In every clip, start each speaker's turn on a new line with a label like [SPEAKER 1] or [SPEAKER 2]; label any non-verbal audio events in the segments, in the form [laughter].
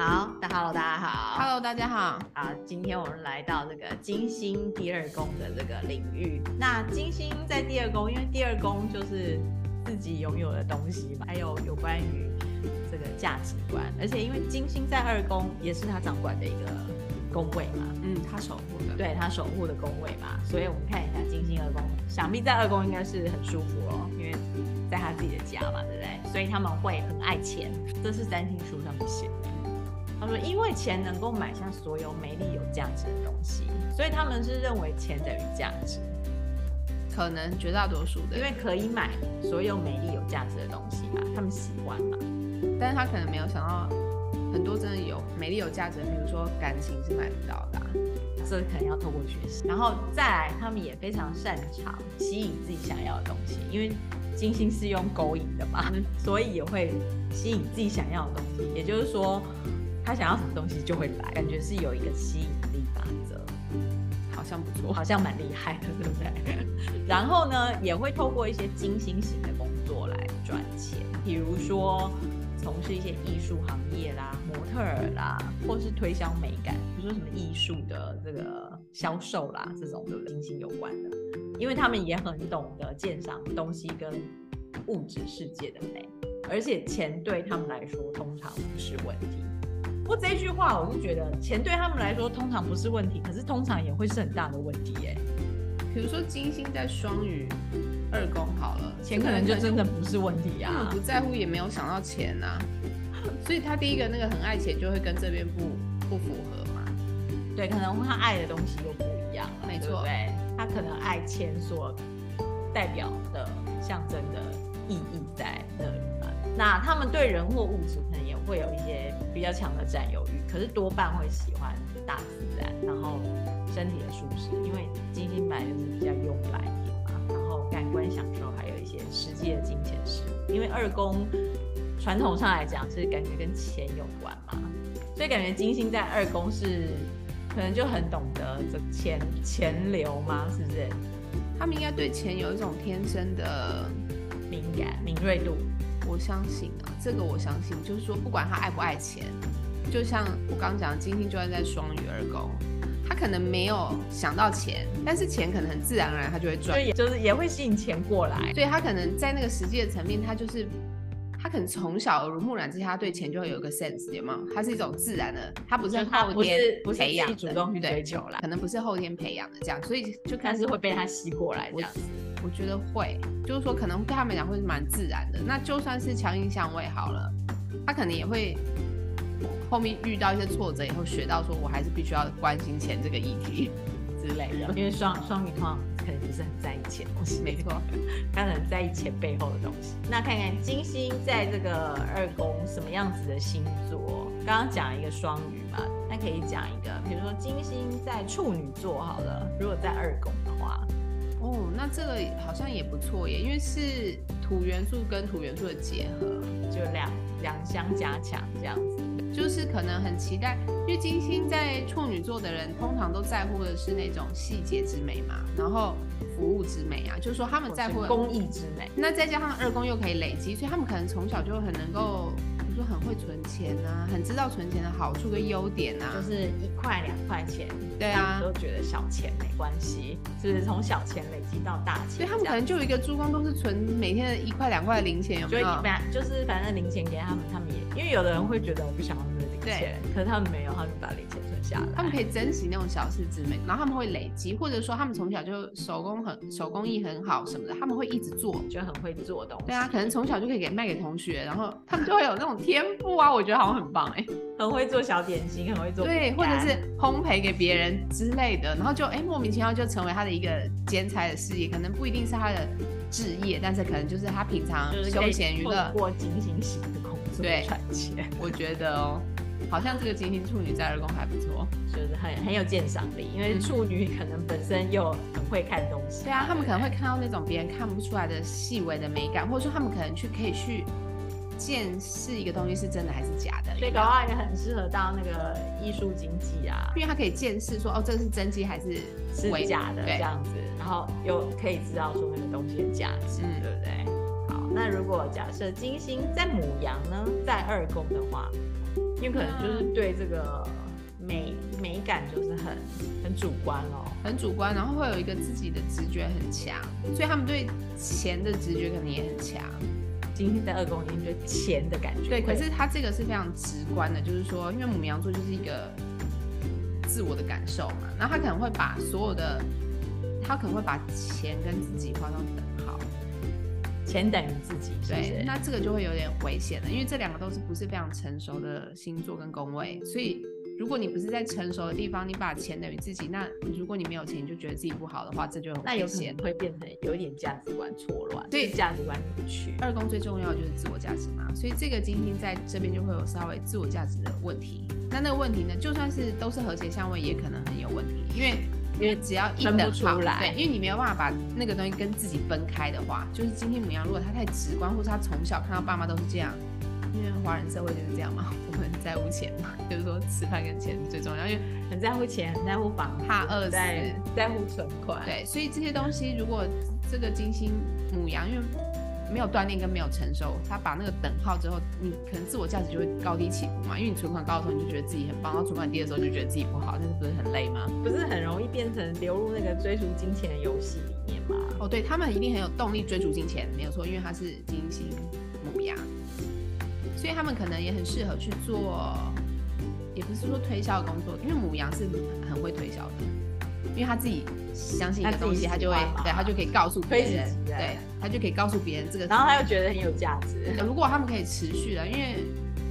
[SPEAKER 1] Hello，大家好。
[SPEAKER 2] Hello，大家好。
[SPEAKER 1] 啊，今天我们来到这个金星第二宫的这个领域。那金星在第二宫，因为第二宫就是自己拥有的东西嘛，还有有关于这个价值观，而且因为金星在二宫也是他掌管的一个宫位嘛，
[SPEAKER 2] 嗯，他守护的。
[SPEAKER 1] 对他守护的宫位嘛，所以我们看一下金星二宫，想必在二宫应该是很舒服咯，因为在他自己的家嘛，对不对？所以他们会很爱钱，这是占星书上面写的。他说，因为钱能够买下所有美丽有价值的东西，所以他们是认为钱等于价值，
[SPEAKER 2] 可能绝大多数的，
[SPEAKER 1] 因为可以买所有美丽有价值的东西嘛，他们喜欢嘛。
[SPEAKER 2] 但是他可能没有想到，很多真的有美丽有价值的，比如说感情是买不到的啊、
[SPEAKER 1] 这可能要透过学习，然后再来，他们也非常擅长吸引自己想要的东西，因为金星是用勾引的嘛， [laughs] 所以也会吸引自己想要的东西。也就是说，他想要什么东西就会来，感觉是有一个吸引力法则。
[SPEAKER 2] 好像不
[SPEAKER 1] 我
[SPEAKER 2] 错。
[SPEAKER 1] 好像蛮厉害的，对不对？然后呢，也会透过一些精心型的工作来赚钱，比如说从事一些艺术行业啦、模特儿啦，或是推销美感，比如说什么艺术的这个销售啦，这种对不对？精心有关的，因为他们也很懂得鉴赏东西跟物质世界的美，而且钱对他们来说通常不是问题。不过这一句话，我就觉得钱对他们来说通常不是问题，可是通常也会是很大的问题耶。
[SPEAKER 2] [laughs] 比如说金星在双鱼二宫好了，
[SPEAKER 1] 钱可能就真的不是问题
[SPEAKER 2] [laughs] 根本
[SPEAKER 1] 啊
[SPEAKER 2] 不。在乎，也没有想到钱呐、啊 [laughs] 所以他第一个那个很爱钱，就会跟这边不不符合嘛。
[SPEAKER 1] 对，可能他爱的东西又不一样了，
[SPEAKER 2] 没
[SPEAKER 1] 对不
[SPEAKER 2] 错
[SPEAKER 1] 对，他可能爱钱所代表的象征的意义在那里嘛。那他们对人或物质可能也会有一些比较强的占有欲，可是多半会喜欢大自然，然后身体的舒适，因为金星本来就是比较慵懒一点嘛，然后感官享受，还有一些实际的金钱事物，因为二宫传统上来讲是感觉跟钱有关嘛，所以感觉金星在二宫是可能就很懂得这钱钱流吗？是不是
[SPEAKER 2] 他们应该对钱有一种天生的，
[SPEAKER 1] 敏感敏锐度？
[SPEAKER 2] 我相信啊，这个我相信，就是说不管他爱不爱钱，就像我刚刚讲的，金星就算在双鱼二宫，他可能没有想到钱，但是钱可能很自然而然他就会赚
[SPEAKER 1] 所，以也就是也会吸引钱过来。
[SPEAKER 2] 所以他可能在那个实际的层面，他就是他可能从小耳濡目染之下，他对钱就会有一个 sense，有没有？他是一种自然的，他不是
[SPEAKER 1] 就是他
[SPEAKER 2] 后
[SPEAKER 1] 不
[SPEAKER 2] 天
[SPEAKER 1] 是不是
[SPEAKER 2] 培养
[SPEAKER 1] 自
[SPEAKER 2] 的，
[SPEAKER 1] 己主动去
[SPEAKER 2] 对
[SPEAKER 1] 追求啦
[SPEAKER 2] 可能不是后天培养的这样，所以
[SPEAKER 1] 但
[SPEAKER 2] 就开始
[SPEAKER 1] 是会被他吸过来这
[SPEAKER 2] 我
[SPEAKER 1] 样。
[SPEAKER 2] 我觉得会，就是说可能对他们来讲会是蛮自然的。那就算是强硬相位好了，他可能也会后面遇到一些挫折以后，学到说我还是必须要关心钱这个议题之类的。
[SPEAKER 1] 因为双双鱼通常可能不是很在意钱的东
[SPEAKER 2] [laughs]
[SPEAKER 1] 西，
[SPEAKER 2] 没错，
[SPEAKER 1] 他可能在意钱背后的东西。那看看金星在这个二宫什么样子的星座？刚刚讲一个双鱼嘛，那可以讲一个，比如说金星在处女座好了，如果在二宫的话，
[SPEAKER 2] 哦，那这个好像也不错耶，因为是土元素跟土元素的结合，
[SPEAKER 1] 就两两相加强这样子。
[SPEAKER 2] 就是可能很期待，因为金星在处女座的人通常都在乎的是那种细节之美嘛，然后服务之美啊，就是说他们在乎
[SPEAKER 1] 或
[SPEAKER 2] 的
[SPEAKER 1] 是公益之美，
[SPEAKER 2] 那再加上二宫又可以累积，所以他们可能从小就很能够，比如说很会存钱啊，很知道存钱的好处跟优点啊。
[SPEAKER 1] 就是一块两块钱，
[SPEAKER 2] 对啊
[SPEAKER 1] 他们都觉得小钱没关系，就是从小钱累积到大钱，
[SPEAKER 2] 所以他们可能就有一个珠光都是存每天的一块两块的零钱，有
[SPEAKER 1] 就
[SPEAKER 2] 没
[SPEAKER 1] 一
[SPEAKER 2] 有？
[SPEAKER 1] 般就是反正零钱给他们，他们也因为有的人会觉得我不想要那个零钱，可是他们没有，他们把零钱存下来，
[SPEAKER 2] 他们可以珍惜那种小事之美，然后他们会累积，或者说他们从小就手工很手工艺很好什么的，他们会一直做。
[SPEAKER 1] 就很会做东西，
[SPEAKER 2] 对啊，可能从小就可以给卖给同学，然后他们就会有那种天赋啊，我觉得好像很棒哎、
[SPEAKER 1] 很会做小点心，很会做
[SPEAKER 2] 对，
[SPEAKER 1] 饼
[SPEAKER 2] 或
[SPEAKER 1] 干
[SPEAKER 2] 者是烘焙给别人之类的，然后就哎、莫名其妙就成为他的一个兼差的事业，可能不一定是他的置业，但是可能就是他平常
[SPEAKER 1] 就是可以
[SPEAKER 2] 休闲娱乐
[SPEAKER 1] 透。过精心型的工作
[SPEAKER 2] 对
[SPEAKER 1] 赚钱，
[SPEAKER 2] 我觉得哦，好像这个金星处女在二宫还不错。
[SPEAKER 1] 就是很很有鉴赏力，因为处女可能本身又很会看东西，
[SPEAKER 2] 嗯对啊，他们可能
[SPEAKER 1] 对
[SPEAKER 2] 会看到那种别人看不出来的细微的美感，或者说他们可能去可以去见识一个东西是真的还是假的，
[SPEAKER 1] 所以搞不好也很适合到那个艺术经济啊，
[SPEAKER 2] 因为他可以见识说哦，这个是真机还是
[SPEAKER 1] 是
[SPEAKER 2] 伪
[SPEAKER 1] 假的
[SPEAKER 2] 对
[SPEAKER 1] 这样子，然后又可以知道说那个东西的价值，
[SPEAKER 2] 嗯
[SPEAKER 1] 对不对？好，那如果假设金星在母羊呢，在二宫的话，有可能就是对这个美美感就是很很主观哦。
[SPEAKER 2] 很主观，然后会有一个自己的直觉很强，所以他们对钱的直觉可能也很强。
[SPEAKER 1] 金星在二宫，已经觉得钱的感觉。
[SPEAKER 2] 对，可是他这个是非常直观的，就是说，因为母羊座就是一个自我的感受嘛，然后他可能会把所有的，他可能会把钱跟自己画上等号。
[SPEAKER 1] 钱等于自己，是不
[SPEAKER 2] 对，
[SPEAKER 1] 是？
[SPEAKER 2] 那这个就会有点危险了，因为这两个都是不是非常成熟的星座跟宫位，所以如果你不是在成熟的地方，你把钱等于自己，那如果你没有钱，你就觉得自己不好的话，这就很
[SPEAKER 1] 那
[SPEAKER 2] 危
[SPEAKER 1] 有可
[SPEAKER 2] 险
[SPEAKER 1] 能。会变成有一点价值观错乱，
[SPEAKER 2] 对
[SPEAKER 1] 就是价值观扭曲。
[SPEAKER 2] 二宫最重要的就是自我价值嘛，所以这个金星在这边就会有稍微自我价值的问题。那那个问题呢，就算是都是和谐相位，也可能很有问题，因为因为只要一
[SPEAKER 1] 分不
[SPEAKER 2] 等号
[SPEAKER 1] 出来
[SPEAKER 2] 对，因为你没有办法把那个东西跟自己分开的话，就是金星母羊，如果他太直观，或是他从小看到爸妈都是这样，因为华人社会就是这样嘛，我们很在乎钱嘛，就是说吃饭跟钱是最重要，因为
[SPEAKER 1] 很在乎钱，很在乎房
[SPEAKER 2] 怕饿
[SPEAKER 1] 很
[SPEAKER 2] 死。
[SPEAKER 1] 在在乎存款。，
[SPEAKER 2] 对，所以这些东西如果这个金星母羊，因为没有锻炼跟没有成熟，他把那个等号之后，你可能自我价值就会高低起伏嘛。因为你存款高的时候你就觉得自己很棒，然后存款低的时候就觉得自己不好，那不是很累吗？
[SPEAKER 1] 不是很容易变成流入那个追逐金钱的游戏里面吗？
[SPEAKER 2] 哦，对他们一定很有动力追逐金钱，没有错，因为他是金星母羊，所以他们可能也很适合去做，也不是说推销工作，因为母羊是很会推销的，因为他自己相信一
[SPEAKER 1] 他
[SPEAKER 2] 个
[SPEAKER 1] 自己
[SPEAKER 2] 东西，他
[SPEAKER 1] 喜
[SPEAKER 2] 就会
[SPEAKER 1] 欢嘛
[SPEAKER 2] 对他就可以告诉别
[SPEAKER 1] 推己
[SPEAKER 2] 人，
[SPEAKER 1] 及人
[SPEAKER 2] 对他就可以告诉别人这个。
[SPEAKER 1] 然后他又觉得很有价值。
[SPEAKER 2] 如果他们可以持续的，因为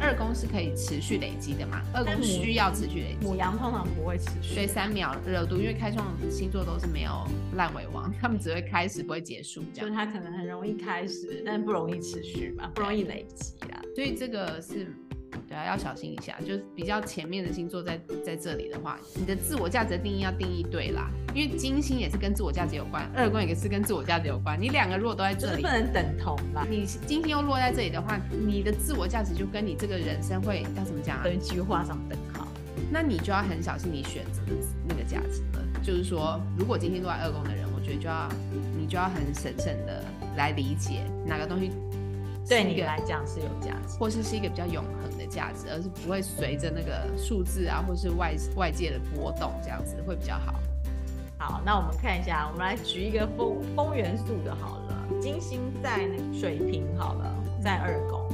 [SPEAKER 2] 二宫是可以持续累积的嘛，二
[SPEAKER 1] 但
[SPEAKER 2] 宫
[SPEAKER 1] 母
[SPEAKER 2] 需要持续累积
[SPEAKER 1] 母。羊通常不会持续，
[SPEAKER 2] 所以三秒热度，因为开创星座都是没有烂尾王，他们只会开始不会结束这
[SPEAKER 1] 就
[SPEAKER 2] 样
[SPEAKER 1] 是。它可能很容易开始，但不容易持续吧，不容易累积啦。
[SPEAKER 2] 所以这个是对啊，要小心一下。就是比较前面的星座在在这里的话，你的自我价值的定义要定义对啦，因为金星也是跟自我价值有关，二宫也是跟自我价值有关。你两个如果都在
[SPEAKER 1] 就
[SPEAKER 2] 这
[SPEAKER 1] 是
[SPEAKER 2] 里
[SPEAKER 1] 不，能等同啦，
[SPEAKER 2] 你金星又落在这里的话，你的自我价值就跟你这个人生会要怎么讲啊
[SPEAKER 1] 等？于几乎画上等号。
[SPEAKER 2] 那你就要很小心你选择的那个价值了。就是说，如果今天落在二宫的人，我觉得就要你就要很审慎的来理解哪个东西是
[SPEAKER 1] 对
[SPEAKER 2] 一
[SPEAKER 1] 你
[SPEAKER 2] 个
[SPEAKER 1] 来讲是有价值，
[SPEAKER 2] 或是是一个比较永恒的价值，而是不会随着那个数字啊，或是外外界的波动这样子会比较好。
[SPEAKER 1] 好，那我们看一下，我们来举一个风风元素的好了，金星在那个水瓶好了，在二宫，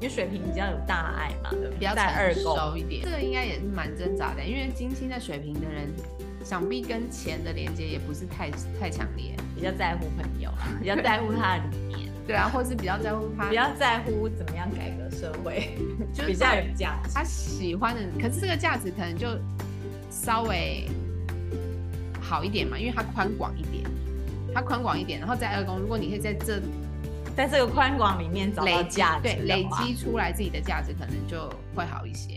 [SPEAKER 1] 因为水瓶比较有大爱嘛，对不对？
[SPEAKER 2] 比较
[SPEAKER 1] 在二
[SPEAKER 2] 成
[SPEAKER 1] 宫，
[SPEAKER 2] 熟一点，这个应该也是蛮挣扎的，因为金星在水瓶的人，想必跟钱的连接也不是太太强烈，
[SPEAKER 1] 比较在乎朋友，比较在乎他的理
[SPEAKER 2] [laughs]
[SPEAKER 1] 念，
[SPEAKER 2] 对啊，或是比较在乎他
[SPEAKER 1] 比，较在乎怎么样改革社会，
[SPEAKER 2] [laughs] 就是
[SPEAKER 1] 比较有价值。
[SPEAKER 2] 他喜欢的，可是这个价值可能就稍微好一点嘛，因为它宽广一点，它宽广一点，然后在二宫，如果你可以在这
[SPEAKER 1] 在这个宽广里面找到
[SPEAKER 2] 累
[SPEAKER 1] 价值
[SPEAKER 2] 对，
[SPEAKER 1] 的
[SPEAKER 2] 累
[SPEAKER 1] 话
[SPEAKER 2] 积出来自己的价值可能就会好一些。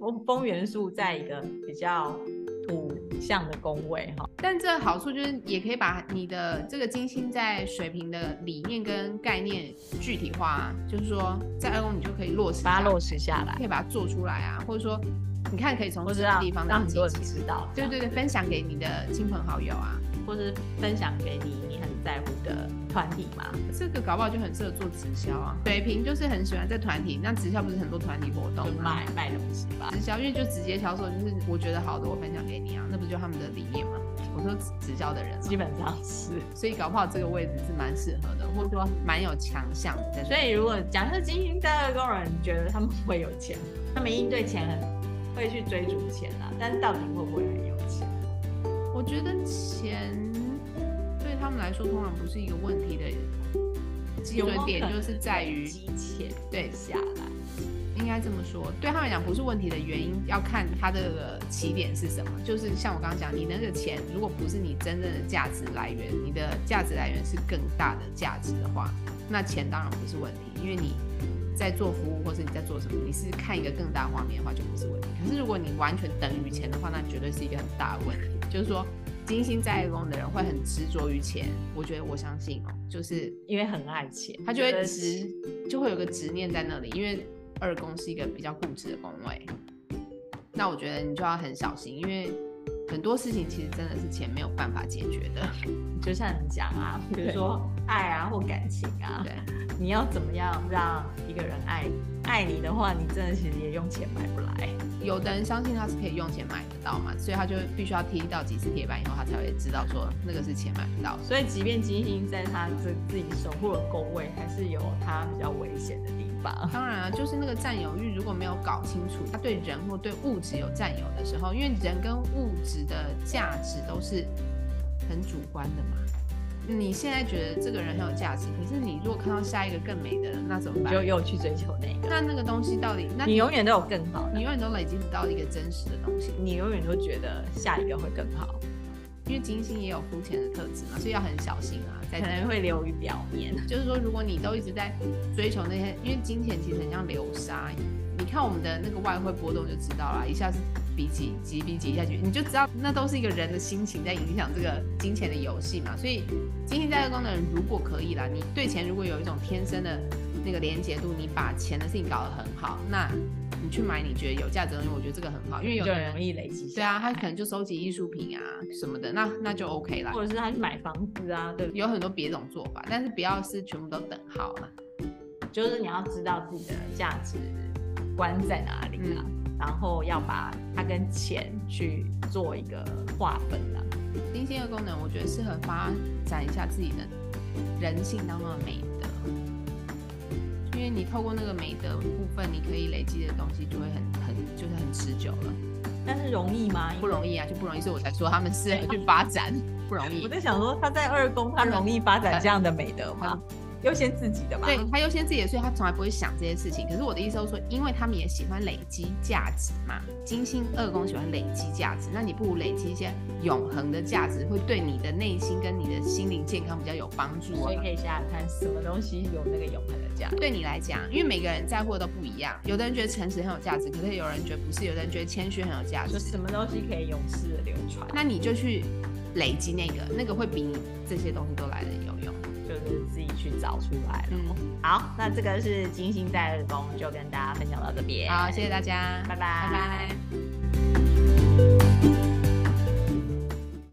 [SPEAKER 1] 我风元素在一个比较土象的宫位哈，
[SPEAKER 2] 但这好处就是，也可以把你的这个金星在水平的理念跟概念具体化、啊，就是说在二宫你就可以落实它，
[SPEAKER 1] 把它落实下来，
[SPEAKER 2] 可以把它做出来啊，或者说你看可以从
[SPEAKER 1] 我
[SPEAKER 2] 这
[SPEAKER 1] 知
[SPEAKER 2] 个
[SPEAKER 1] 道
[SPEAKER 2] 地方
[SPEAKER 1] 让
[SPEAKER 2] 当
[SPEAKER 1] 很多人知道，
[SPEAKER 2] 对对对，分享给你的亲朋好友啊，
[SPEAKER 1] 或是分享给你你很在乎的团体嘛。
[SPEAKER 2] 这个搞不好就很适合做直销啊。水平就是很喜欢在团体，那直销不是很多团体活
[SPEAKER 1] 就
[SPEAKER 2] 动吗？
[SPEAKER 1] 卖卖东西吧，
[SPEAKER 2] 直销，因为就直接销售，就是我觉得好的我分享给你啊，那不就他们的理念吗？我说直销的人嘛，
[SPEAKER 1] 基本上是。
[SPEAKER 2] 所以搞不好这个位置是蛮适合的，或者说蛮有强项的在这里。
[SPEAKER 1] 所以如果假设金星在二宫人，你觉得他们会有钱，他们一定对钱很会去追逐钱啦，但到底会不会很有钱？
[SPEAKER 2] 我觉得钱对他们来说通常不是一个问题的基准点，就是在于
[SPEAKER 1] 积钱
[SPEAKER 2] 对，
[SPEAKER 1] 下来，
[SPEAKER 2] 应该这么说，对他们来讲不是问题的原因，要看他的起点是什么。就是像我刚刚讲，你那个钱如果不是你真正的价值来源，你的价值来源是更大的价值的话，那钱当然不是问题，因为你在做服务或是你在做什么，你是看一个更大画面的话就不是问题。可是如果你完全等于钱的话，那绝对是一个很大的问题。就是说，金星在宫的人会很执着于钱，我觉得我相信哦，就是
[SPEAKER 1] 因为很爱钱，
[SPEAKER 2] 他就会
[SPEAKER 1] 觉得
[SPEAKER 2] 执，就会有个执念在那里，因为二宫是一个比较固执的宫位。那我觉得你就要很小心，因为很多事情其实真的是钱没有办法解决的。
[SPEAKER 1] 就像你讲啊，比如说爱啊或感情啊，
[SPEAKER 2] 对，
[SPEAKER 1] [laughs] 你要怎么样让一个人爱你？爱你的话，你真的其实也用钱买不来。
[SPEAKER 2] 有的人相信他是可以用钱买得到嘛，所以他就必须要踢到几次铁板以后，他才会知道说那个是钱买不到的。
[SPEAKER 1] 所以，即便金星在他自自己守护的宫位，还是有他比较危险的地方。
[SPEAKER 2] 当然啊，就是那个占有欲如果没有搞清楚，他对人或对物质有占有的时候，因为人跟物质的价值都是很主观的嘛。你现在觉得这个人很有价值，可是你如果看到下一个更美的人，那怎么
[SPEAKER 1] 你
[SPEAKER 2] 办
[SPEAKER 1] 就？又去追求那个，
[SPEAKER 2] 那那个东西到底，那
[SPEAKER 1] 你
[SPEAKER 2] 你
[SPEAKER 1] 永远都有更好的，
[SPEAKER 2] 你永远都累积不到一个真实的东西，
[SPEAKER 1] 你永远都觉得下一个会更好，
[SPEAKER 2] 因为金星也有肤浅的特质嘛，所以要很小心啊，在
[SPEAKER 1] 可能会流于表面。
[SPEAKER 2] 就是说，如果你都一直在追求那些，因为金钱其实很像流沙，你看我们的那个外汇波动就知道了，一下是比几几比几一下去，你就知道那都是一个人的心情在影响这个金钱的游戏嘛。所以，金钱在这功能如果可以啦，你对钱如果有一种天生的那个连结度，你把钱的事情搞得很好，那你去买你觉得有价值的东西，我觉得这个很好，因为有
[SPEAKER 1] 就
[SPEAKER 2] 的
[SPEAKER 1] 很
[SPEAKER 2] 人
[SPEAKER 1] 容易累积
[SPEAKER 2] 对
[SPEAKER 1] 下来。
[SPEAKER 2] 啊，他可能就收集艺术品啊什么的，那那就 OK 啦。
[SPEAKER 1] 或者是他去买房子啊，对不对？
[SPEAKER 2] 有很多别种做法，但是不要是全部都等号啦。
[SPEAKER 1] 就是你要知道自己的价值观在哪里啊，然后要把它跟钱去做一个划分啊。
[SPEAKER 2] 金星的功能，我觉得适合发展一下自己的人性当中的美德，因为你透过那个美德部分，你可以累积的东西就会很很就是很持久了，
[SPEAKER 1] 但是容易吗？
[SPEAKER 2] 不容易啊，就不容易，所以我才说他们适合去发展， [laughs] 不容
[SPEAKER 1] 我
[SPEAKER 2] 易。
[SPEAKER 1] 在想说，他在二宫，他容易发展这样的美德吗？优先自己的嗯吧。
[SPEAKER 2] 对他优先自己的，所以他从来不会想这些事情。可是我的意思是说，因为他们也喜欢累积价值嘛，金星二宫喜欢累积价值，那你不如累积一些永恒的价值，会对你的内心跟你的心灵健康比较有帮助啊。
[SPEAKER 1] 所以可以想想看，什么东西有那个永恒的价值？
[SPEAKER 2] 对你来讲，因为每个人在乎的都不一样，有的人觉得诚实很有价值，可是有人觉得不是，有的人觉得谦虚很有价值
[SPEAKER 1] 就。什么东西可以永世的流传？
[SPEAKER 2] 那你就去累积那个，那个会比你这些东西都来的有用。
[SPEAKER 1] 就是自己去找出来了。
[SPEAKER 2] 嗯，
[SPEAKER 1] 好，那这个是金星在二宫，就跟大家分享到这边。
[SPEAKER 2] 好，谢谢大家，
[SPEAKER 1] 拜拜
[SPEAKER 2] 拜拜